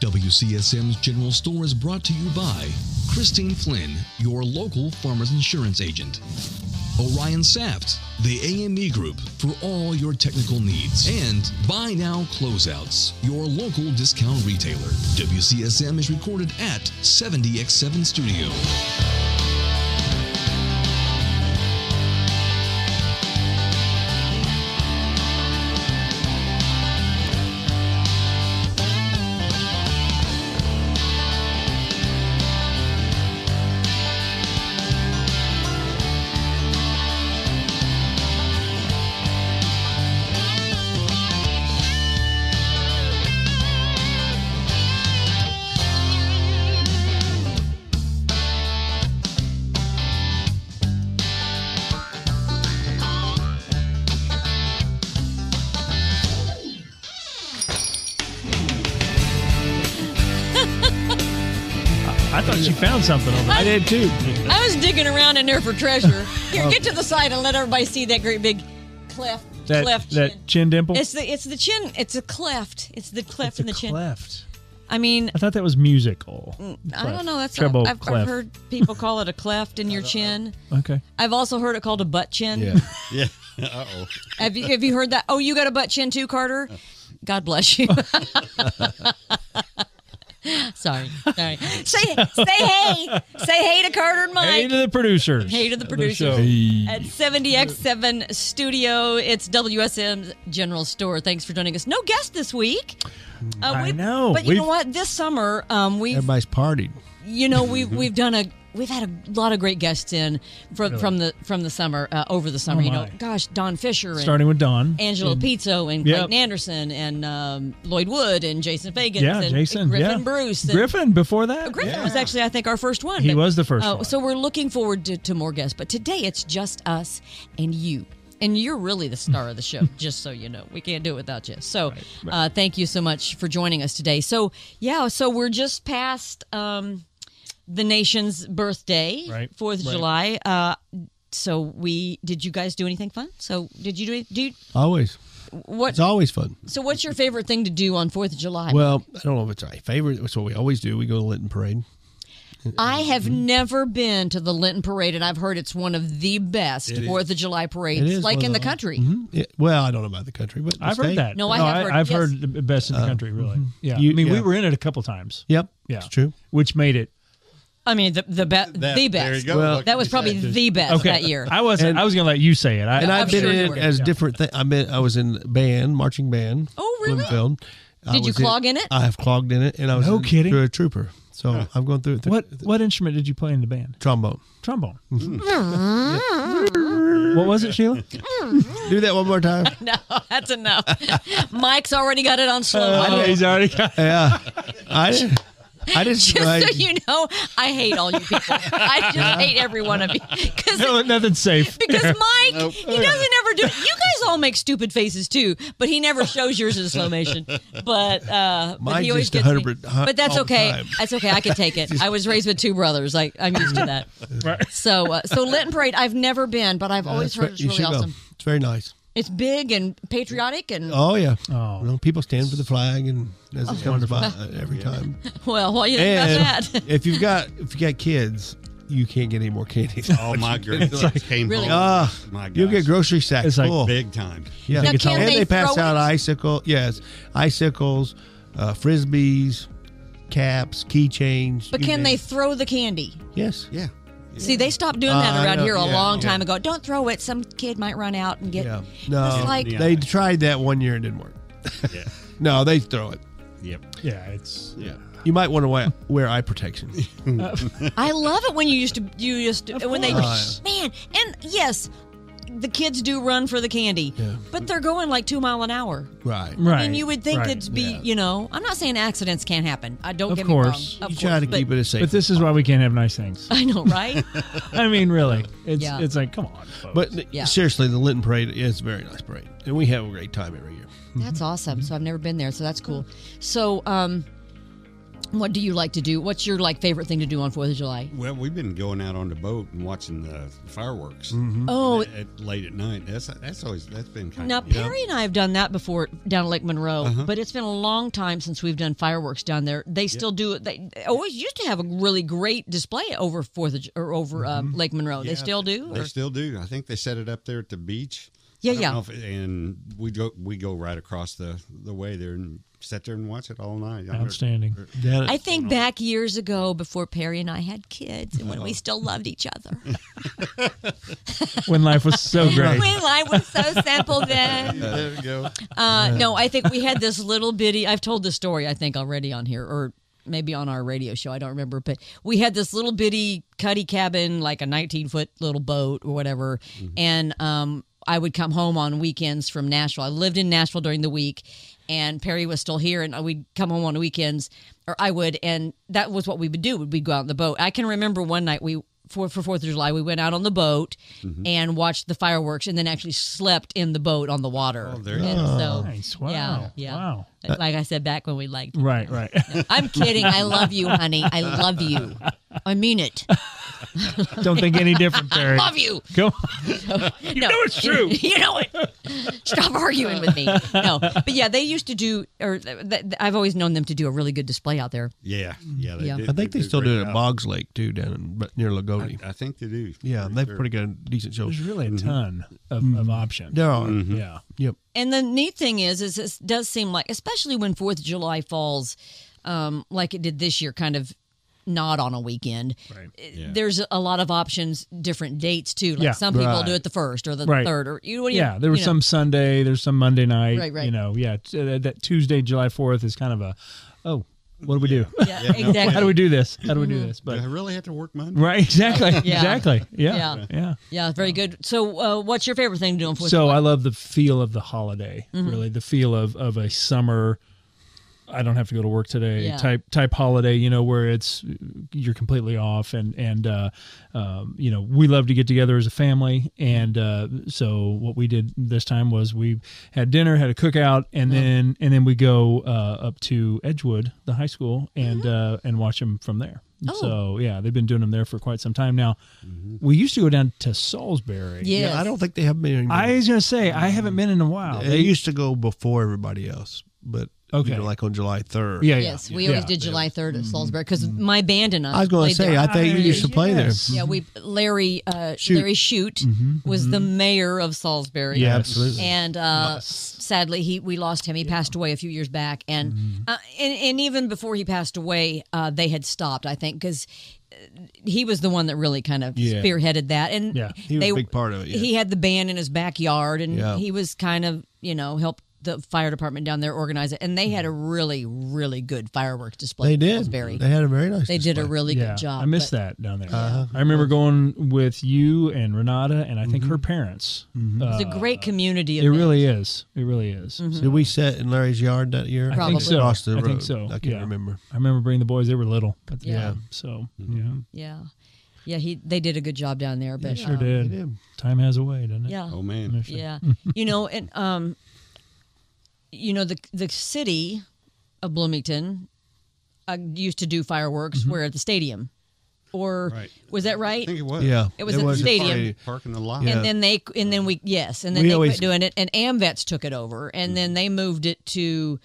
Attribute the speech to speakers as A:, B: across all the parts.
A: WCSM's General Store is brought to you by Christine Flynn, your local farmer's insurance agent. Orion Saft, the AME Group for all your technical needs. And Buy Now Closeouts, your local discount retailer. WCSM is recorded at 70X7 Studio.
B: I thought she found something over there.
C: I did too.
D: I was digging around in there for treasure. Here, get to the side and let everybody see that great big cleft.
B: That,
D: cleft
B: that
D: chin.
B: chin. dimple.
D: It's the it's the chin. It's a cleft. It's the
B: It's
D: cleft
B: a
D: in the chin. Mm.
B: cleft.
D: I mean,
B: I thought that was musical.
D: I don't know. That's
B: Treble
D: I've, I've
B: clef.
D: heard people call it a cleft in your chin.
B: Okay.
D: I've also heard it called a butt chin.
C: Yeah. Uh oh.
D: Have you have you heard that? Oh, you got a butt chin too, Carter. God bless you. sorry, sorry. Say say hey, say hey to Carter and Mike.
B: Hey to the producers.
D: Hey to the
B: of
D: producers.
B: show.
D: At 70X7 Studio, it's WSM's General Store. Thanks for joining us. No guest this week. Uh,
B: I
D: we've-
B: know.
D: but you know
B: We've-
D: what? This summer, um, we have
E: Everybody's partied.
D: you know we've we've done a we've had a lot of great guests in from from the from the summer uh, over the summer.
B: Oh,
D: you know,
B: my.
D: gosh, Don Fisher and
B: Starting with Don.
D: Angela Pizzo and
B: Yep.
D: Clayton Anderson and um, Lloyd Wood and Jason Fagan.
B: yeah,
D: and
B: Jason.
D: Griffin
B: yeah.
D: Bruce. and- Oh,
B: Griffin before that.
D: Griffin was actually, I think, our first one.
B: He was the first
D: uh,
B: one.
D: So we're looking forward to, to more guests. But today it's just us and you. And you're really the star of the show, just so you know. We can't do it without you. So Uh, thank you so much for joining us today. So, yeah, so we're just past um, the nation's birthday,
B: Right,
D: 4th of
B: right.
D: July. Uh, so we did you guys do anything fun? So did you do any- do you,
E: Always.
D: what
E: It's always fun.
D: so what's your favorite thing to do on 4th of July?
E: Well, I don't know if it's my favorite. It's what we always do. We go to Linton Parade.
D: I have never been to the Linton Parade, and I've heard it's one of the best Fourth of July
E: It
D: parades,
E: is
D: like
E: one
D: in
E: of
D: the
E: the-
D: country.
E: Mhm. Yeah, well, I don't know about the country, but the
B: Hmm. I've
E: state.
B: heard that.
D: No, I have heard-
B: I've
D: yes.
B: heard the best in the country, really. Yeah.
E: Uh, mm-hmm. You-
B: I mean, we
E: yeah.
B: were in it a couple times.
E: Yep.
B: Yeah.
E: It's true.
B: Which made it.
D: I mean, the the, be-
C: That-
D: the best.
C: There you go.
E: Well-
C: Look
D: That was
C: what you
D: probably
C: said.
D: the best
B: Okay.
D: that year.
B: I wasn't. I was going to let you say it. I,
E: And
B: I,
E: I've been
D: sure you
E: in
D: were.
E: it as different things. I mean, I was in band, marching band.
D: Oh, really?
E: Bloomfield. I
D: Did you
E: was
D: clog in it?
E: I have clogged in it, and I was
B: No
E: in
B: kidding.
E: through a trooper. So I'm going through it. Through
B: what what instrument did you play in the band?
E: trombone?
B: Trombone.
E: Mm-hmm.
B: what was it, Sheila?
E: Do that one more time.
D: no, that's enough. Mike's already got it on slow. mo.
B: he's already got.
E: yeah, I didn't. I didn't.
D: just
E: I-
D: so you know, I hate all you people. I just hate every one of you because
B: No, nothing's safe.
D: Because Mike,
C: Nope.
D: he doesn't ever do. You guys all make stupid faces too, but he never shows yours in slow motion. But uh, but
E: Mine
D: he always
E: just
D: gets me.
E: 100 hu-
D: But that's
E: all the
D: okay.
E: time.
D: That's okay. I can take it. I was raised with two brothers. I I'm used to that.
B: Right.
D: So uh, so Linton Parade, I've never been, but I've always
E: That's
D: heard
E: right.
D: it's
E: You
D: really
E: should go.
D: awesome.
E: It's very nice.
D: It's big and patriotic, and
E: Oh yeah. Oh. You know, people stand for the flag, and as
D: Oh.
E: it comes by uh, every time.
D: well, what do you think about
E: And
D: that?
E: if you've got if you got kids, you can't get any more candy.
C: Oh my goodness! came
D: Really?
C: home.
E: Ah,
C: Oh, my gosh.
E: You'll get grocery sacks
B: It's like
E: full.
C: big time.
E: Yeah,
D: Now, can
E: and
D: they
E: they, pass
D: throw
E: out
D: it?
E: icicle. Yes, icicles, uh, frisbees, caps, keychains.
D: But
E: you
D: can they
E: name
D: throw the candy?
E: it. Yes.
C: Yeah.
D: See, they stopped doing that
E: Uh, I
D: around
E: know.
D: here a
E: Yeah,
D: long
E: yeah.
D: time ago. Don't throw it; some kid might run out and get.
E: Yeah.
D: It's
E: No.
D: like-
C: Yeah.
E: They tried that one year and didn't work.
C: Yeah.
E: No, they throw it.
C: Yep.
B: Yeah, it's.
C: Yeah.
E: You might want to wear, wear eye protection.
D: I love it when you used to you used to, when they
E: course.
D: man and yes, the kids do run for the candy, but they're going like two mile an hour.
E: right.
B: Right.
D: And you would think
B: right.
D: it'd be you know I'm not saying accidents can't happen. I don't
B: Of
D: get
B: course.
D: me wrong. Of
E: You try to
D: course,
E: keep
D: but-
E: it as safe.
B: But this is why we can't have nice things.
D: I know, right?
B: I mean, really, it's
D: Yeah.
B: it's like, come on. Folks.
E: but n-
D: Yeah.
E: seriously, the Linton Parade is a very nice parade, and we have a great time every year.
D: that's awesome. So I've never been there, so that's cool. So um, What do you like to do? What's your like favorite thing to do on Fourth of July?
C: Well, we've been going out on the boat and watching the fireworks
E: Mm-hmm.
D: Oh,
C: at, at late at night. That's that's always that's been kind
D: now
C: of yeah.
D: Perry and I have done that before down at Lake Monroe, but it's been a long time since we've done fireworks down there. They still do it. They they always used to have a really great display over Fourth of, Ju- or over um, Lake Monroe. they still do.
C: They
D: or-
C: still do. I think they set it up there at the beach.
D: Yeah,
C: I don't
D: yeah.
C: know if- and we go we go right across the the way there and sit there and watch it all night. I heard-
B: Outstanding.
E: Down at-
D: I think back years ago, before Perry and I had kids, and when we still loved each other,
B: When life was so great.
D: when life was so simple then.
C: There we go.
D: Uh, no, I think we had this little bitty. I've told this story, I think, already on here, or maybe on our radio show. I don't remember, but we had this little bitty cuddy cabin, like a 19 foot little boat or whatever,
C: Mm-hmm.
D: and um, I would come home on weekends from Nashville. I lived in Nashville during the week, and Perry was still here, and we'd come home on the weekends, or I would, and that was what we would do. We'd go out on the boat. I can remember one night we for for Fourth of July, we went out on the boat
C: Mm-hmm.
D: and watched the fireworks, and then actually slept in the boat on the water. Oh,
C: there you
D: so,
B: Nice. Wow.
D: Yeah, yeah.
B: Wow.
D: Like I said back when we liked.
B: Right, right.
D: I'm kidding. I love you, honey. I love you. I mean it.
B: Don't think any different, Perry.
D: Love you.
B: Go.
D: You know
B: it's true.
D: you know it. Stop arguing with me. No, but yeah, they used to do, or th- th- I've always known them to do a really good display out there.
C: Yeah, yeah. They
D: Yeah.
C: Did,
E: I think they still
C: great
E: do it at
C: job.
E: Boggs Lake too, down in, but near Lagodi.
C: I think they do.
E: yeah,
C: For
E: they've
C: sure.
E: pretty good, decent shows.
B: There's really
D: Mm-hmm.
B: a ton of, of options.
E: There are.
B: Yeah.
E: Yep.
D: And the neat thing is, is it does seem like, especially when Fourth of July falls, um, like it did this year, kind of not on a weekend. eh,
B: Right.
C: Yeah.
D: There's a lot of options, different dates too. Like
B: Yeah.
D: some people
E: Right.
D: do it the first or the
B: Right.
D: third, or you know what? do you-
B: Yeah, there was
D: you know.
B: some Sunday, there's some Monday night.
D: Right, right.
B: You know, yeah, t- uh, that Tuesday, July 4th is kind of a, oh, what do we do?
D: Yeah,
C: Yeah, no
D: Uh, exactly. Mm-hmm.
B: How do we do this? How do we do this?
C: Do
B: But
C: I really have to work Monday?
B: right, exactly,
D: Yeah.
B: exactly, yeah,
D: Yeah.
B: yeah.
D: Yeah, very good. So, uh, what's your favorite thing to do on Fourth?
B: So I love the feel of the holiday.
D: Mm-hmm.
B: Really, the feel of of a summer. I don't have to go to work today.
D: Yeah.
B: Type type holiday, you know, where it's you're completely off, and and uh, um, you know we love to get together as a family, and uh, so what we did this time was we had dinner, had a cookout, and then and then we go uh, up to Edgewood, the high school, and uh, and watch them from there.
D: Mm-hmm. Oh.
B: So yeah, they've been doing them there for quite some time now. We used to go down to Salisbury.
D: Yes.
E: Yeah, I don't think they have many.
B: I was gonna say I haven't been in a while.
D: Uh,
E: they used to go before everybody else, but you
B: Okay.
E: know, like on July third.
B: yeah, yeah,
D: yes, we
B: yeah.
D: always did July third
B: Mm-hmm.
D: at Salisbury because my band and I.
E: I was going
D: played
E: to say,
D: there.
E: I think you used to play
B: Yes.
E: there.
D: yeah, we Larry uh,
E: Mm-hmm. Shoot. Mm-hmm.
D: Larry Shoot was the mayor of Salisbury.
E: Yeah, absolutely.
D: And uh, sadly, he we lost him. He passed away a few years back, and
E: Mm-hmm.
D: uh, and, and even before he passed away, uh, they had stopped. I think because he was the one that really kind of
E: Yeah.
D: spearheaded that, and
B: Yeah,
E: he was a big part of it, yeah.
D: He had the band in his backyard, and
E: Yeah.
D: he was kind of you know helped the fire department down there organize it, and they had a really really good fireworks display.
E: Mm-hmm. They
D: in
E: did.
D: Salisbury.
E: They had a very nice.
D: They did a
E: display.
D: really
B: Yeah,
D: good job.
B: I missed that down there.
E: Uh-huh.
B: I remember going with you and Renata, and I think
E: Mm-hmm.
B: her parents. Uh,
D: It's a great community.
B: it
D: event. Mm-hmm.
B: really is. It really is.
E: Did we set in Larry's yard that year?
D: I think so.
E: Across the
B: I
E: road.
B: think so,
E: I can't
B: yeah.
E: remember. Mm-hmm.
B: I remember bringing the boys; they were little. At the
D: Yeah.
B: time, so
D: Yeah, yeah. He they did a good job down there, but
B: yeah, sure
D: um,
B: did. Mm-hmm.
E: did.
B: Time has a way, doesn't it?
D: Yeah,
C: Oh man.
D: yeah. you know, and um, you know the the city of Bloomington uh, used to do fireworks
B: Mm-hmm.
D: where at the stadium, or
C: Right.
D: was that right?
C: I think it was.
E: Yeah,
D: It was at the
E: a
D: stadium.
E: party.
C: Parking the lot.
D: and then they and then we yes, and then
E: We
D: they
E: always-
D: quit doing it, and Amvets took it over, and then they moved it to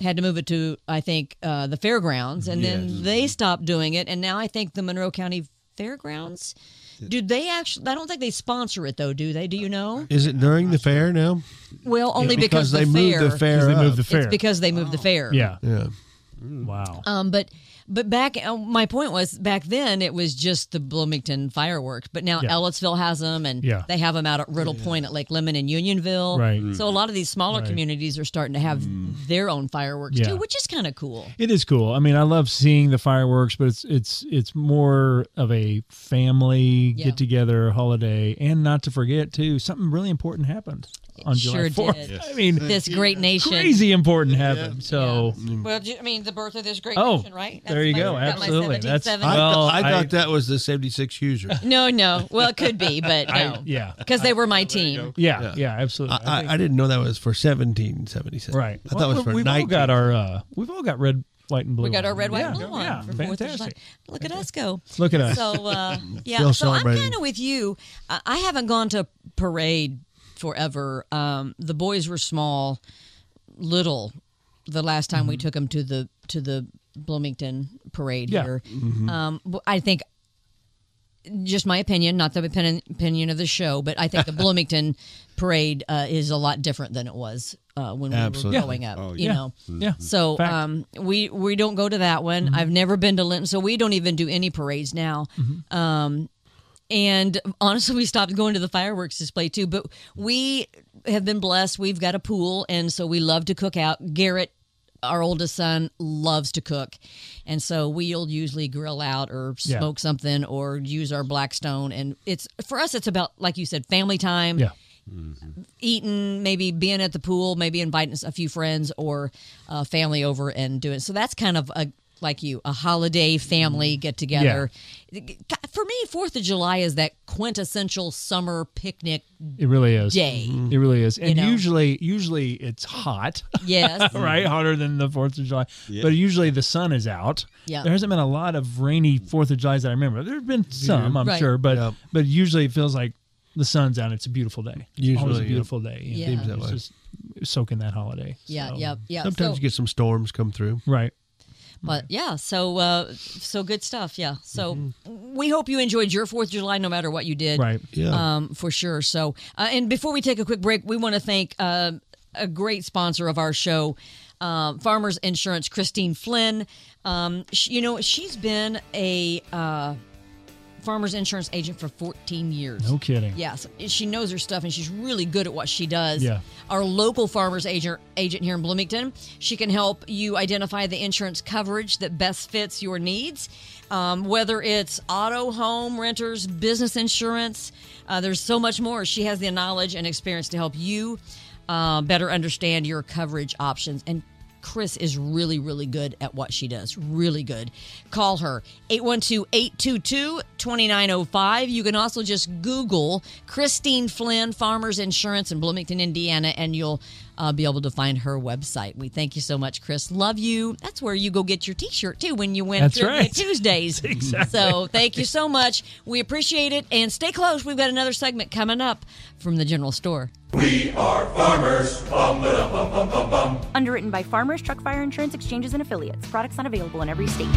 D: had to move it to I think uh, the fairgrounds, and then they stopped doing it, and now I think the Monroe County Fairgrounds. Do they actually? I don't think they sponsor it though. Do they? Do you know?
E: Is it during the fair now?
D: Well, only because,
E: they
D: the
E: moved
D: fair. Oh.
E: the fair.
B: they
E: up. Mm.
B: moved the fair.
D: It's because they moved the fair.
B: yeah.
E: Yeah.
B: Wow.
D: Um, but but back uh, my point was back then it was just the Bloomington fireworks, but now
B: Yeah.
D: Ellettsville has them, and
B: Yeah.
D: they have them out at Riddle Point at Lake Lemon and Unionville.
B: Right. Mm.
D: So a lot of these smaller
B: Right.
D: communities are starting to have their own fireworks
B: Yeah.
D: too, which is kind of cool.
B: It is cool. I mean, I love seeing the fireworks, but it's it's it's more of a family
D: Yeah.
B: get together holiday. And not to forget too, something really important happened on
D: sure
B: July Fourth.
D: did.
B: I mean,
D: This great nation.
B: crazy important happened. So.
D: Well, I mean, the birth of this great
B: Oh,
D: nation, right?
B: there you go. Absolutely. That's
E: I,
B: Well,
E: thought- I
B: I-
E: thought that was the '76 user.
D: no, no. Well, it could be, but no.
B: yeah.
D: Because they were my team.
B: Yeah,
E: Yeah.
B: yeah, absolutely.
E: I, I, I didn't know that was for 1777.
B: right.
E: I thought it was for
B: we've all
E: 19.
B: got our uh, we've all got red white and blue.
D: We got our
B: on.
D: red, white,
B: yeah.
D: and blue one
B: Yeah,
D: for Fourth of July.
B: fantastic.
D: Look at us go.
B: Look at us.
D: So uh, yeah,
E: Still
D: so I'm
E: celebrating.
D: kind of with you. I, I haven't gone to parade forever. Um, the boys were small, little, the last time we took them to the to the Bloomington parade
B: Yeah.
D: here. Um, but I think. Just my opinion, not the opinion, opinion of the show, but I think the Bloomington parade uh, is a lot different than it was uh, when
E: Absolutely.
D: we were growing up.
C: Oh,
D: you
B: yeah.
D: know,
B: Yeah.
D: so
B: Fact. Mm-hmm.
D: um, we we don't go to that one. I've never been to Linton, so we don't even do any parades now.
B: Mm-hmm.
D: Um, and honestly, we stopped going to the fireworks display too. But we have been blessed. We've got a pool, and so we love to cook out. Garrett, our oldest son, loves to cook, and so we'll usually grill out or
B: Yeah.
D: smoke something or use our Blackstone. And it's for us, it's about like you said, family time
B: yeah.
D: eating, maybe being at the pool, maybe inviting a few friends or uh, family over and doing. So that's kind of a like you a holiday family get together. For me, Fourth of July is that quintessential summer picnic
B: It really is.
D: day.
B: It really is. And
D: know?
B: usually usually it's hot.
D: Yes,
E: Mm-hmm.
B: right? Hotter than the Fourth of July. But usually the sun is out.
D: Yeah.
B: There hasn't been a lot of rainy Fourth of Julys that I remember. There have been some, I'm
D: Right.
B: sure, but
E: Yeah.
B: but usually it feels like the sun's out. It's a beautiful day.
E: Usually,
B: Always a
E: yeah.
B: beautiful day. you
D: Yeah. Seems
E: that
B: It's
E: way.
B: just soaking that holiday.
D: yeah,
B: So-
D: yeah, yeah.
E: Sometimes
D: so,
E: you get some storms come through.
B: Right.
D: but yeah, so uh, so good stuff. Yeah, so we hope you enjoyed your Fourth of July, no matter what you did.
B: Mm-hmm. Right.
E: Yeah.
D: um, for sure. So, uh, and before we take a quick break, we want to thank uh, a great sponsor of our show, uh, Farmers Insurance, Christine Flynn. Um, sh you know, she's been a uh, Farmers Insurance agent for 14 years.
B: No kidding.
D: Yes, she knows her stuff and she's really good at what she does.
B: Yeah.
D: Our local farmers agent agent here in Bloomington, she can help you identify the insurance coverage that best fits your needs, um, whether it's auto, home, renters, business insurance. Uh, there's so much more. She has the knowledge and experience to help you uh, better understand your coverage options and Chris is really, really good at what she does. Really good. Call her 812 822 2905. You can also just Google Christine Flynn Farmers Insurance in Bloomington, Indiana, and you'll uh, be able to find her website. We thank you so much, Chris. Love you. That's where you go get your t shirt too when you win
B: That's
D: Trivia
B: right.
D: Tuesdays. exactly. So thank you so much. We appreciate it. And stay close. We've got another segment coming up from the general store.
F: Underwritten by Farmers, Truck Fire Insurance Exchanges, and Affiliates. Products not available in every state.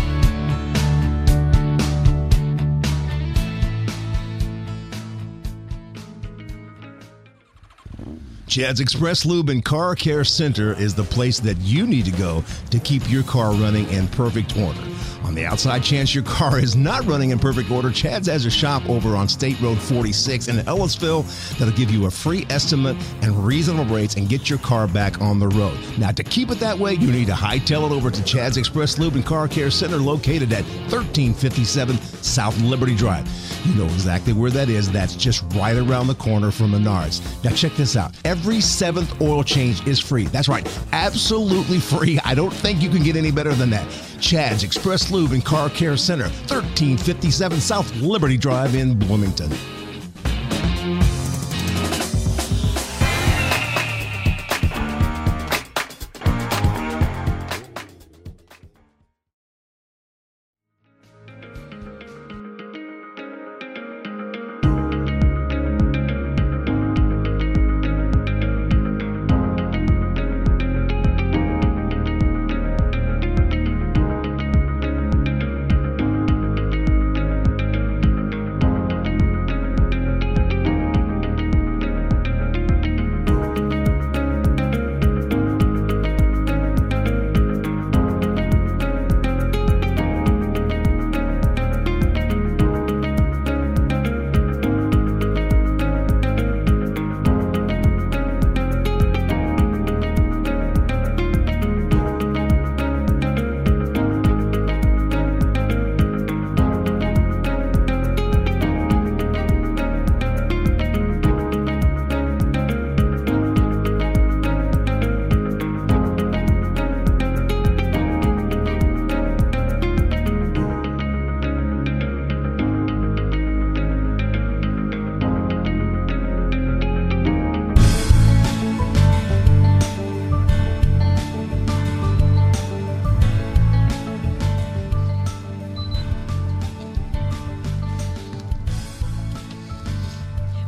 G: Chad's Express Lube and Car Care Center is the place that you need to go to keep your car running in perfect order. On the outside chance your car is not running in perfect order, Chad's has a shop over on State Road 46 in Ellisville that'll give you a free estimate and reasonable rates and get your car back on the road. Now, to keep it that way, you need to hightail it over to Chad's Express Lube and Car Care Center located at 1357 South Liberty Drive. You know exactly where that is. That's just right around the corner from Menards. Now, check this out every seventh oil change is free. That's right, absolutely free. I don't think you can get any better than that. Chad's Express Lube and Car Care Center, 1357 South Liberty Drive in Bloomington.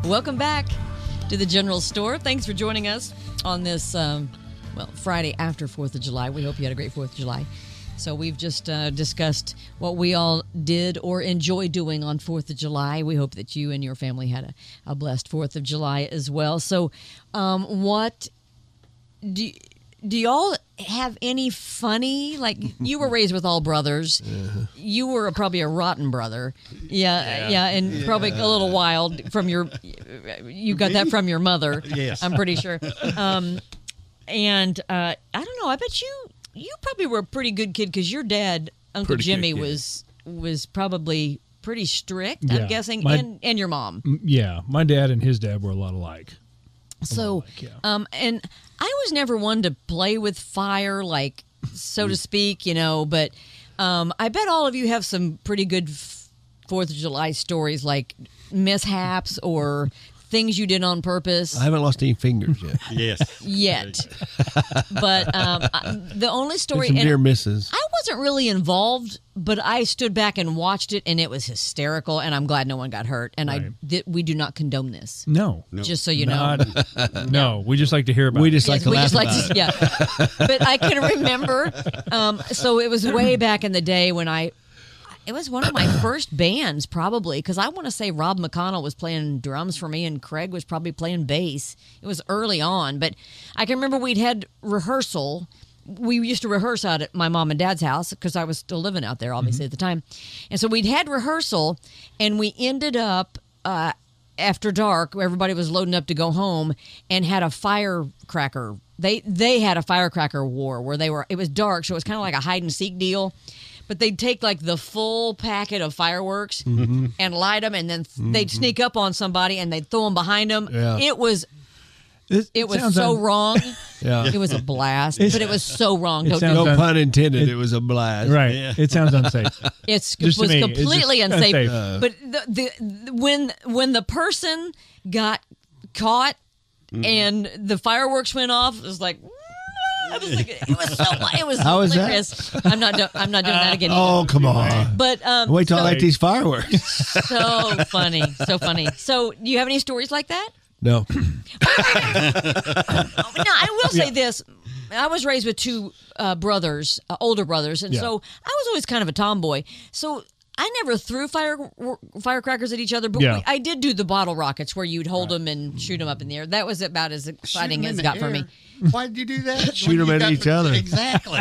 D: Welcome back to the General Store. Thanks for joining us on this, um, well, Friday after 4th of July. We hope you had a great 4th of July. So we've just uh, discussed what we all did or enjoy doing on 4th of July. We hope that you and your family had a, a blessed 4th of July as well. So, um, what do y- do y'all have any funny like you were raised with all brothers you were probably a rotten brother yeah yeah, and probably a little wild from your you got that from your mother
C: Yes.
D: i'm pretty sure um and uh i don't know i bet you you probably were a pretty good kid because your dad uncle
B: Pretty good
D: jimmy
B: kid.
D: was was probably pretty strict i'm
B: Yeah.
D: guessing
B: My-
D: and and your mom
B: Yeah, my dad and his dad were a lot alike.
E: Oh,
D: so, um, and I was never one to play with fire, like so
E: Mm.
D: to speak, you know. But um, I bet all of you have some pretty good f- Fourth of July stories, like mishaps or things you did on purpose
E: I haven't lost any fingers yet.
C: Yes.
D: yet. but um, I, the only
E: There's
D: story,
E: some
D: and
E: near misses.
D: I wasn't really involved, but I stood back and watched it, and it was hysterical. And I'm glad no one got hurt. And I, th- we do not condone this.
B: No,
D: Just so you know,
B: Not- no, we just like to hear about.
E: We
B: it.
E: just
D: Yes,
E: like to
D: we
E: laugh
D: just like
E: about
D: to, yeah. But I can remember. Um, so it was way back in the day when I. It was one of my first bands, probably, because I want to say Rob McConnell was playing drums for me and Craig was probably playing bass. It was early on, but I can remember we'd had rehearsal. We used to rehearse out at my mom and dad's house because I was still living out there,
E: Mm-hmm.
D: obviously, at the time. And so we'd had rehearsal and we ended up. Uh, after dark, everybody was loading up to go home and had a firecracker. They they had a firecracker war where they were it was dark, so it was kind of like a hide and seek deal. But they'd take like the full packet of fireworks
B: Mm-hmm.
D: and light them, and then th- they'd sneak up on somebody and they'd throw them behind them.
E: Yeah.
D: It was
B: This-
D: it was
B: sounds
D: so
B: un-
D: wrong.
E: Yeah.
D: It was a blast, but it was so wrong.
B: It
D: Don't-
B: sounds
E: No
B: un-
E: pun intended. It, was a blast.
B: right. It sounds unsafe.
D: It's
B: Just to
D: was
B: me, it's
D: completely
B: just
D: unsafe.
B: unsafe.
E: Uh.
D: But the, the, the when when the person got caught
E: Mm.
D: and the fireworks went off, it was like. "Mm, I was like, it was so. mu- It was
E: How is that?
D: hilarious. I'm not. Do, I'm not doing that again.
E: Oh, come on.
D: but um,
E: Wait till
D: so,
E: I like these fireworks.
D: so funny, so funny. So, do you have any stories like that?
E: No.
D: no, I will say this. I was raised with two uh, brothers, uh, older brothers, and so I was always kind of a tomboy. So I never threw fire firecrackers at each other, but
B: Yeah.
D: we, I did do the bottle rockets where you'd hold them and shoot them up in the air. That was about as exciting as it got for me.
C: Why'd you do that?
E: Shoot 'em
C: When you
E: at
C: got
E: each
C: the-
E: other.
C: Exactly.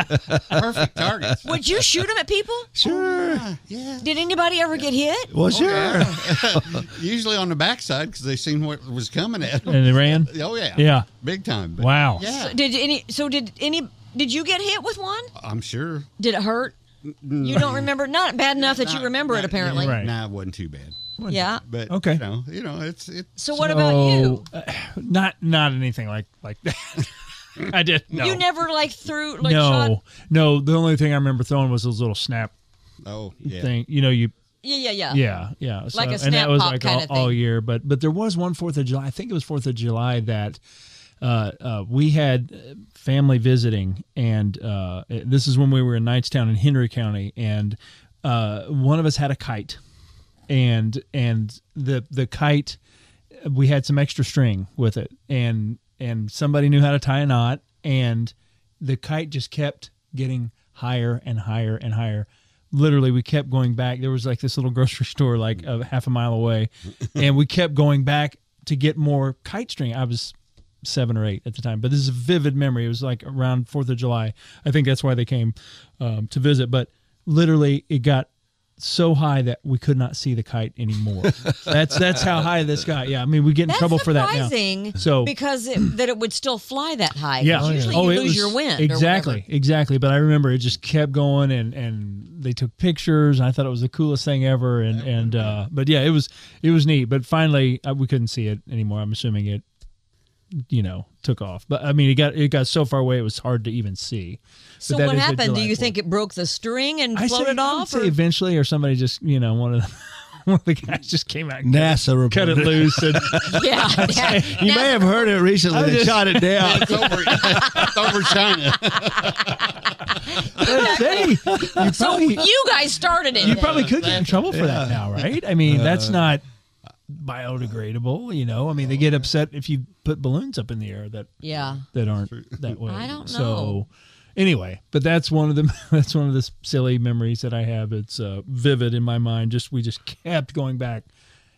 C: Perfect targets.
D: Would you shoot them at people?
E: Sure.
C: Yeah. Oh,
D: Did anybody ever get hit?
E: Well, sure.
C: Usually on the backside because they seen what was coming at them.
B: And they ran.
C: Oh yeah.
B: Yeah.
C: Big time. but-
B: Wow.
C: Yeah. Uh,
D: Did any? So did any? Did you get hit with one?
C: I'm sure.
D: Did it hurt? You don't remember? Not bad enough that you
C: Not-
D: remember it,
C: not-
D: apparently.
B: Right.
C: Nah, it wasn't too bad.
D: Yeah.
C: But
B: Okay.
C: you know, you know, it's it.
D: So what about you?
B: So, uh, not not anything like like that. I did. No.
D: You never like threw like
B: no.
D: shot
B: No. The only thing I remember throwing was those little snap
C: Oh yeah.
B: thing. You know, you
D: Yeah, yeah, yeah.
B: Yeah, yeah. So,
D: Like a
B: and
D: snap
B: that was
D: pop
B: like
D: kinda
B: all, all
D: thing.
B: year. But but there was one Fourth of July. I think it was Fourth of July that uh, uh, we had uh, family visiting, and uh, this is when we were in Knightstown in Henry County, and uh, one of us had a kite, and and the the kite we had some extra string with it, and and somebody knew how to tie a knot, and the kite just kept getting higher and higher and higher. Literally, we kept going back. There was like this little grocery store, like a half a mile away, and we kept going back to get more kite string. I was seven or eight at the time, but this is a vivid memory. It was like around Fourth of July. I think that's why they came um, to visit. But literally, it got so high that we could not see the kite anymore. that's that's how high this got. Yeah, I mean, we get in
D: That's
B: trouble for that now.
D: surprising
B: So-
D: because it, that it would still fly that high. 'cause
B: Yeah.
D: usually
B: oh,
D: you
B: it
D: lose
B: was-
D: your wind. or
B: Exactly,
D: whatever.
B: exactly. But I remember it just kept going, and and they took pictures, and I thought it was the coolest thing ever. And and uh, but yeah, it was it was neat. But finally, uh, we couldn't see it anymore. I'm assuming it, you know, took off. But I mean, it got it got so far away, it was hard to even see. But
D: So
B: that
D: what
B: is the
D: happened? Do
B: July
D: you
B: 4th.
D: think it broke the string and
B: I say,
D: floated
B: I would
D: off?
B: say
D: or-
B: eventually, or somebody just you know one of the, one of the guys just came out. and cut it-
E: NASA reported.
B: Cut it loose and
D: yeah, yeah.
E: You may have heard it recently. They shot it down.
C: It's over, it's over China.
B: say, you
D: so
B: probably-
D: you guys started it.
B: You
D: then.
B: Uh, probably could get in trouble for that now, right? I mean, that's not biodegradable. You know, I mean, they get upset if you put balloons up in the air that
D: Yeah.
B: that aren't that way.
D: I don't
B: So
D: know.
B: anyway, but that's one of the that's one of the silly memories that I have. It's uh, vivid in my mind. Just we just kept going back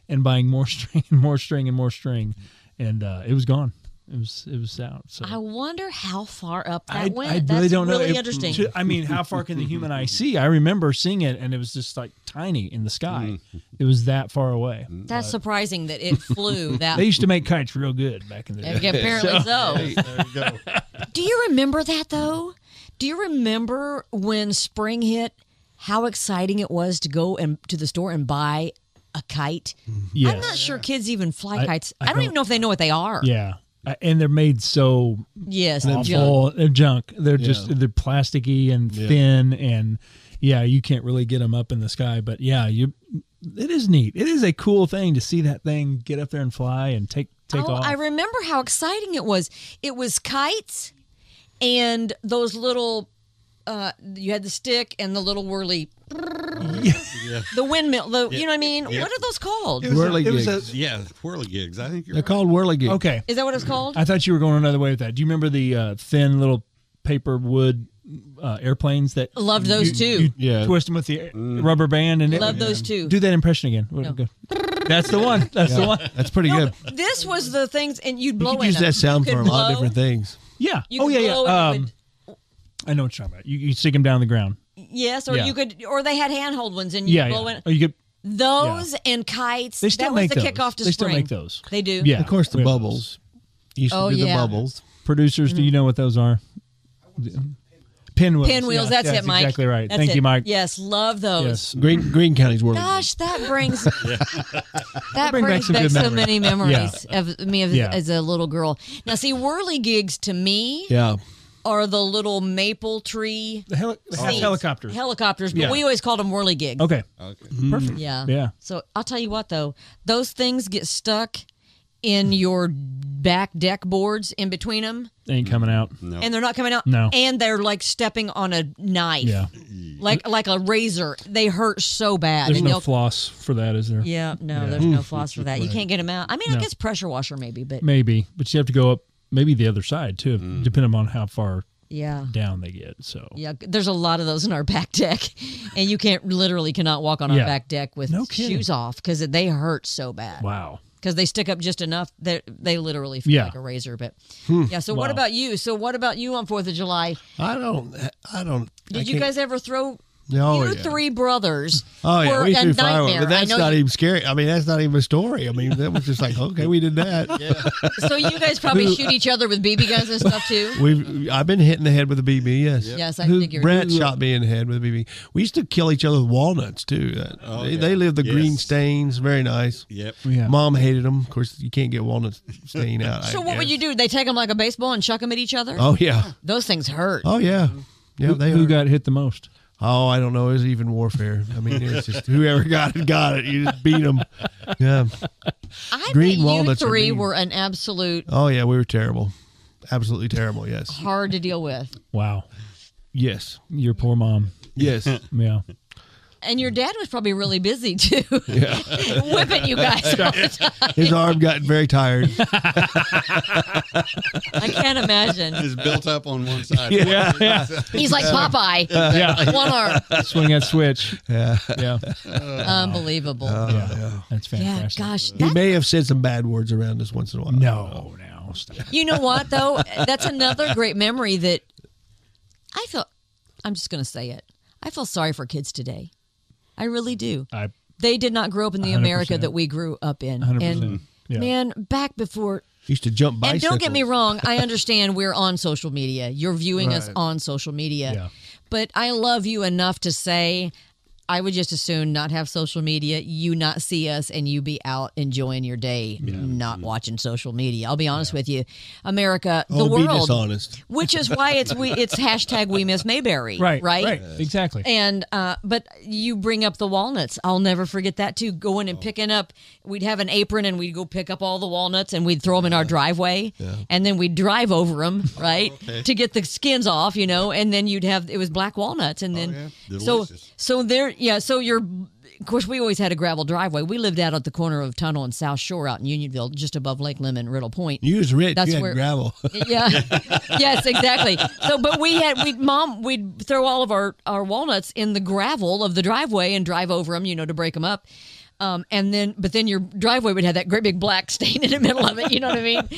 B: and buying more string and more string and more string, and uh, it was gone. It was it was out. So.
D: I wonder how far up that
B: I,
D: went.
B: I
D: That's
B: really don't know.
D: really
B: It-
D: interesting.
B: to- I mean, how far can the human eye see? I remember seeing it, and it was just like tiny in the sky. It was that far away.
D: That's surprising that it flew that.
B: uh, They used to make kites real good back in the day.
D: apparently so.
C: there you go.
D: Do you remember that though? Do you remember when spring hit? How exciting it was to go and to the store and buy a kite.
B: Yes.
D: I'm not sure kids even fly
B: I-
D: kites.
B: I
D: I, don't,
B: don't-
D: even know if they know what they are.
B: Yeah. Uh, And they're made so
D: Yes. junk.
B: awful. They're junk. They're just they're plasticky and thin, and yeah, you can't really get them up in the sky. But yeah, you. It is neat. It is a cool thing to see that thing get up there and fly and take take
D: oh,
B: off.
D: I remember how exciting it was. It was kites and those little. Uh, you had the stick and the little whirly, the windmill. The you know what I mean. What are those called?
E: Whirly
C: It was
E: gigs.
C: a- yeah, whirligigs. I think you're
E: They're called whirligigs.
B: okay,
D: Is that what it's called?
B: I thought you were going another way with that. Do you remember the uh, thin little paper wood uh, airplanes that
D: Loved those
B: you,
D: too.
B: You
E: Yeah. Mm.
B: twist them with the rubber band and it-
D: Love those too.
B: Do that impression again. Good. That's the one. That's the one.
E: That's pretty
D: No,
E: good.
D: but this was the things, and you'd
E: You
D: blow
E: could
D: in
E: use
D: them.
E: that sound
D: You
E: for a
D: could
E: lot of
D: blow,
E: different things.
B: Yeah.
D: You
B: oh
D: could
B: yeah.
D: blow
B: yeah.
D: and it would-
B: I know what you're talking about. You, you stick them down the ground.
D: Yes, or
B: Yeah.
D: you could, or they had handhold ones, and you
B: Yeah.
D: blow
B: yeah.
D: in
B: Or you could.
D: those and kites.
B: They still
D: that was
B: make
D: the
B: those.
D: kickoff to
B: They still
D: spring.
B: make those.
D: They do.
B: Yeah.
E: Of course, the
B: we have those.
E: bubbles. You used to
D: Oh,
E: do
D: yeah.
E: the bubbles.
B: Producers,
D: Mm.
B: do you know what those are? Pinwheels.
D: Pinwheels.
B: Yeah,
D: that's
B: yeah,
D: it, Mike.
B: Exactly right.
D: That's
B: Thank
D: it.
B: you, Mike.
D: Yes, love
B: Yes.
D: those.
E: Green Green County's whirligigs.
D: Gosh, that brings that
B: Bring back
D: brings
B: some
D: back,
B: good
D: so
B: memories.
D: many memories of me as,
B: Yeah.
D: as a little girl. Now, see, whirligigs to me
E: Yeah.
D: are the little maple tree
B: The heli- the
D: things.
B: helicopters.
D: Helicopters, but
B: Yeah.
D: we always called them whirligigs.
B: okay.
E: Uh,
C: okay.
B: Perfect.
D: Mm-hmm. Yeah.
B: Yeah.
D: So I'll tell you what though, those things get stuck in your back deck boards in between them
B: Ain't coming out.
D: and they're not coming out
B: No.
D: and they're like stepping on a knife
B: Yeah.
D: like like a razor they hurt so bad
B: There's
D: and
B: no
D: they'll-
B: floss for that, is there?
D: yeah no there's no floss for that you can't get them out i mean i guess pressure washer maybe but
B: Maybe, but you have to go up maybe the other side too, depending on how far
D: yeah
B: down they get. So
D: yeah there's a lot of those in our back deck and you can't literally cannot walk on our
B: Yeah.
D: back deck with
B: No kidding.
D: shoes off because they hurt so bad
B: wow.
D: because they stick up just enough that they literally feel
B: Yeah.
D: like a razor. But yeah, so what
B: Wow.
D: about you? So what about you on Fourth of July?
E: I don't. I don't.
D: Did
E: I
D: you
E: can't-
D: guys ever throw?
E: No,
D: your
E: yeah.
D: three brothers.
E: Oh yeah,
D: were
E: we
D: a
E: threw fireworks,
D: nightmare.
E: but
D: I
E: that's
D: know
E: not
D: you-
E: even scary. I mean, that's not even a story. I mean, that was just like, okay, we did that.
D: so you guys probably shoot each other with BB guns and stuff too.
E: We've I've been hit in the head with a BB. Yes.
D: Yes, I
E: Who-
D: figured.
E: Brett shot me in the head with a BB. We used to kill each other with walnuts too. That- they,
C: Oh, yeah.
E: they live the green
C: Yes.
E: stains. Very nice.
C: Yep.
B: Yeah.
E: Mom hated them. Of course, you can't get walnut stain out.
D: So
E: I
D: what would you
E: guess.
D: do? They take them like a baseball and chuck them at each other.
E: Oh yeah.
D: Those things hurt.
E: Oh yeah.
C: Mm-hmm.
E: Yeah.
B: Who,
E: they
B: who
E: hurt.
B: got hit the most?
E: Oh, I don't know. It was even warfare. I mean, it's just whoever got it got it. You just beat them. Yeah.
D: I
E: green
D: bet you
E: walnuts are
D: three
E: mean.
D: were an absolute
E: Oh yeah, we were terrible. Absolutely terrible. Yes.
D: hard to deal with.
B: Wow,
E: Yes.
B: your poor mom.
E: Yes.
B: Yeah,
D: And your dad was probably really busy too, whipping you guys. all the time.
E: His arm got very tired.
D: I can't imagine.
C: It's built up on one side. Yeah.
B: yeah.
D: He's like Popeye, one arm.
B: Swing that switch. Yeah, yeah,
D: Unbelievable.
B: yeah. That's
D: yeah,
B: Oh. fantastic.
D: gosh.
E: He
D: That,
E: may have said some bad words around us once in a while.
B: No, no. Stop.
D: you know what, though? That's another great memory that I feel, I'm just going to say it. I feel sorry for kids today. I really do.
B: I
D: They did not grow up in the
B: 100%.
D: America that we grew up in.
B: 100%.
D: And
B: Yeah.
D: man, back before,
E: He used to jump
D: and
E: bicycles.
D: don't get me wrong, I understand we're on social media. You're viewing us on social media.
B: Yeah.
D: But I love you enough to say, I would just as soon not have social media, you not see us, and you be out enjoying your day, not watching social media. I'll be honest with you, America, the
E: Mm-hmm. Oh, be
D: world,
E: dishonest.
D: which is why it's we it's hashtag we miss Mayberry,
B: right,
D: right,
B: right, exactly.
D: and uh, but you bring up the walnuts. I'll never forget that too. Going
C: Oh.
D: and picking up, we'd have an apron and we'd go pick up all the walnuts and we'd throw them in our driveway, and then we'd drive over them
C: Oh,
D: right to get the skins off, you know. And then you'd have it was black walnuts, and then
C: Oh, yeah.
D: so
C: Delicious.
D: so there different. Yeah. So you're, of course, we always had a gravel driveway. We lived out at the corner of Tunnel and South Shore out in Unionville, just above Lake Lemon, Riddle Point.
E: You was rich.
D: That's
E: you had
D: where-
E: gravel.
D: yeah. yes, exactly. So, but we had we mom we'd throw all of our our walnuts in the gravel of the driveway and drive over them, you know, to break them up. Um, and then, but then your driveway would have that great big black stain in the middle of it. You know what I mean?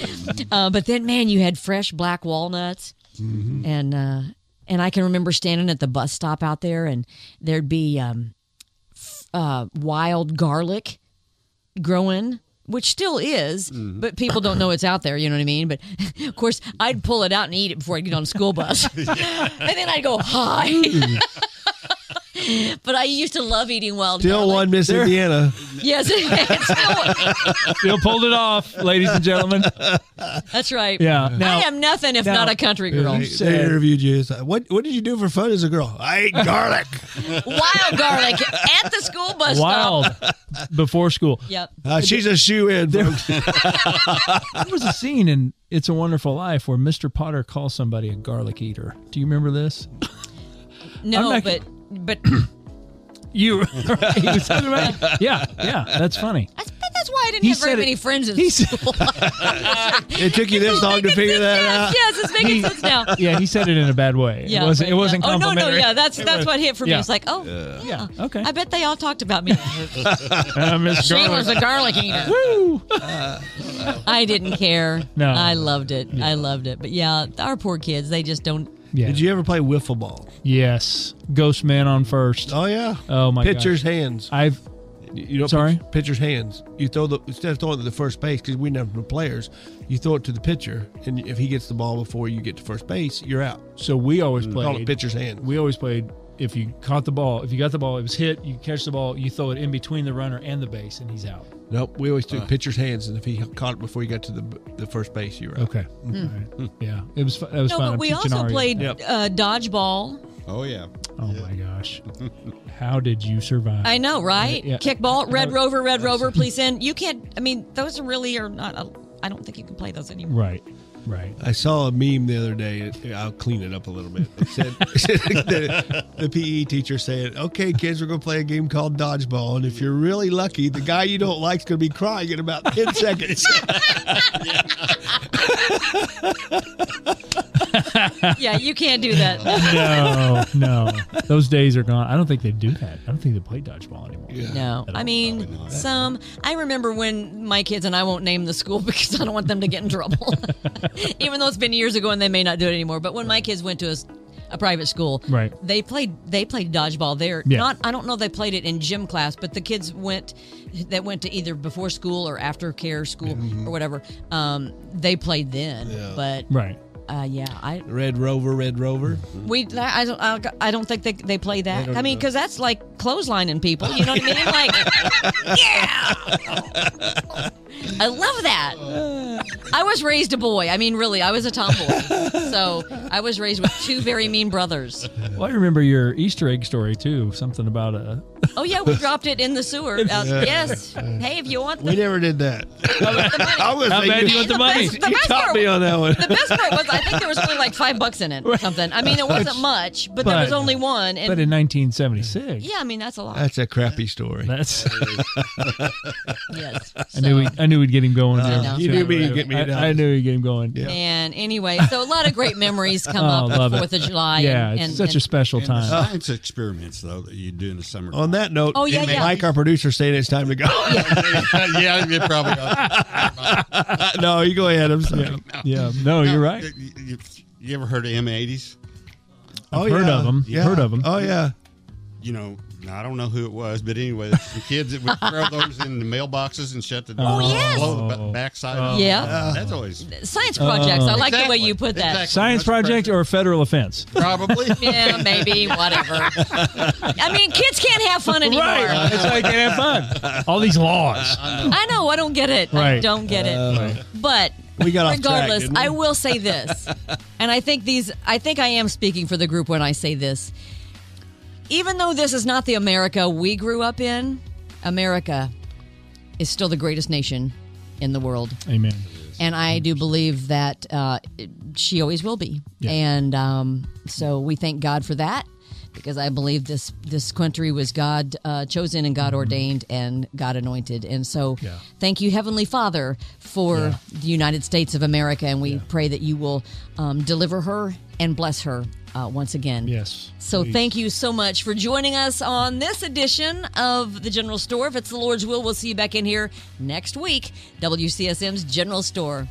D: Uh, but then, man, you had fresh black walnuts, and uh, and I can remember standing at the bus stop out there, and there'd be um, f- uh, wild garlic growing, which still is, but people don't know it's out there. You know what I mean? But of course, I'd pull it out and eat it before I'd get on the school bus, and then I'd go hi. but I used to love eating wild.
E: Still
D: garlic.
E: one Miss Indiana.
D: Yes, it's still one.
B: Still pulled it off, ladies and gentlemen.
D: that's right.
B: Yeah. Now,
D: I am nothing if
B: now-
D: not a country girl.
E: They, they interviewed you. It's like, what What did you do for fun as a girl? I ate garlic.
D: Wild garlic at the school bus stop.
B: wild before school.
D: Yep.
E: Uh, she's a shoe in.
B: There was a scene in It's a Wonderful Life where Mr. Potter calls somebody a garlic eater. Do you remember this?
D: No,
B: I'm not-
D: but but
B: You, right, he was talking about it. yeah, yeah, that's funny.
D: that's, but that's why I didn't
B: He
D: have very
B: said it-
D: many friends in
B: he said-
D: school.
E: It took you this long to figure that out.
D: yes, it's making sense now.
B: Yeah, he said it in a bad way.
D: Yeah,
B: it wasn't. It
D: right,
B: wasn't
D: yeah. Oh no,
B: complimentary.
D: no, yeah, that's that's what hit for me.
B: yeah.
D: It's like, oh,
B: Yeah,
D: yeah,
B: okay.
D: I bet they all talked about me.
B: Uh, Miss
D: she
B: Garlic.
D: was a garlic eater.
B: Woo!
D: I didn't care.
B: No.
D: I loved it. I loved it. But yeah, our poor kids, they just don't.
B: Yeah.
E: Did you ever play wiffle ball?
B: Yes, Ghost Man on first.
E: Oh yeah.
B: Oh, my
E: Pitcher's hands.
B: I've
E: You know,
B: Sorry?
E: pitch- pitcher's hands. You throw the instead of throwing it to the first base because we never the players. You throw it to the pitcher, and if he gets the ball before you get to first base, you're out.
B: so we always played.
E: Call it pitcher's hand.
B: We always played. If you caught the ball, if you got the ball, it was hit. You catch the ball, you throw it in between the runner and the base, and he's out.
E: Nope. We always took
B: Uh.
E: pitcher's hands, and if he caught it before you got to the the first base, you're out.
B: Okay. All right. Yeah, it was. fu- That was
D: Hmm. No,
B: fun.
D: but
B: I'm
D: we
B: teaching
D: also
B: Aria.
D: played
E: Yep.
D: uh, dodgeball.
C: Oh yeah.
B: Oh my gosh! How did you survive?
D: I know, right?
B: Yeah.
D: Kickball, Red
B: No.
D: Rover, Red Rover, please in. You can't. I mean, those really are not. a- I don't think you can play those anymore.
B: Right. Right.
E: I saw a meme the other day. I'll clean it up a little bit. It said, it said the, the PE teacher said, "Okay, kids, we're going to play a game called dodgeball, and if you're really lucky, the guy you don't like's going to be crying in about ten seconds."
D: yeah, you can't do that.
B: No, no. Those days are gone. I don't think they do that. I don't think they play dodgeball anymore.
D: No, I mean some. I remember when my kids and I won't name the school because I don't want them to get in trouble. Even though it's been years ago and they may not do it anymore. But when my kids went to a, s- a private school,
B: Right.
D: They played they played dodgeball there.
B: Yeah.
D: Not I don't know if they played it in gym class, but the kids went that went to either before school or after care school or whatever. Um, they played then, but
B: Right.
D: uh, yeah, I
E: Red Rover, Red Rover.
D: we I I don't I don't think they, they play that. I mean, because that's like clotheslining people. You know what I mean? Like, yeah, I love that. I was raised a boy. I mean, really, I was a tomboy. So I was raised with two very mean brothers.
B: Well, I remember your Easter egg story too. Something about uh, a.
D: Oh yeah, we dropped it in the sewer. Uh, yes. Hey, if you want the,
E: We never did that. I was
B: How bad
E: like,
B: do you want the money?
D: best- the
E: you
D: best
E: caught
D: part
E: me on that one.
D: the best part was I think there was only like five bucks in it or something. I mean, it wasn't much, but, there
B: But-
D: was only one. And
B: But in 1976.
D: yeah, I mean that's a lot.
E: That's a crappy story.
B: That's.
D: yes.
B: I knew.
E: uh,
B: We, I knew we'd get him going.
D: no.
B: there.
D: You knew me,
E: you'd get uh, me
B: I,
E: down.
B: I knew you'd get him going.
E: Yeah.
D: And anyway, so a lot of great memories come
B: Oh,
D: up
B: love
D: with
B: it.
D: Fourth of July.
B: Yeah,
D: and,
B: it's
D: and-
B: such a
D: and-
B: special
C: And the
B: time.
C: science experiments though that you do in the summer.
E: On that note,
D: Oh, yeah,
E: it may-
D: yeah.
E: Mike, our producer, saying it's time to go.
C: yeah, you probably. Are.
E: no, you go ahead. I'm sorry.
B: Yeah. No, Oh, you're right.
C: You, you- you ever heard of M80s?
E: Oh,
B: heard of 'em. Heard of 'em.
E: Oh yeah.
C: You know, I don't know who it was, but anyway, there's some kids that would throw those in the mailboxes and shut the door.
B: Oh,
D: yes.
C: Blow the ba- backside. of it.
D: Yeah.
C: That's always.
D: Science projects. I like the way
C: Exactly.
D: you put that.
C: Exactly.
B: Science
C: That's correct.
B: project or a federal offense?
C: Probably.
D: Yeah, maybe, whatever. I mean, kids can't have fun anymore.
B: Right. It's like they have fun. All these laws.
D: I know. I don't get it. I
B: Right.
D: don't get it. But
E: We got off track,
D: regardless,
E: didn't we?
D: I will say this, and I think these. I think I am speaking for the group when I say this. Even though this is not the America we grew up in, America is still the greatest nation in the world.
B: Amen.
D: and I do believe that uh, it- she always will be.
B: Yeah.
D: And um, so we thank God for that. because I believe this this country was God uh, chosen and God ordained and God anointed. And so,
B: Yeah.
D: thank you, Heavenly Father, for
B: Yeah.
D: the United States of America, and we pray that you will um, deliver her and bless her uh, once again.
B: Yes.
D: So thank you so much for joining us on this edition of the General Store. If it's the Lord's will, we'll see you back in here next week. WCSM's General Store.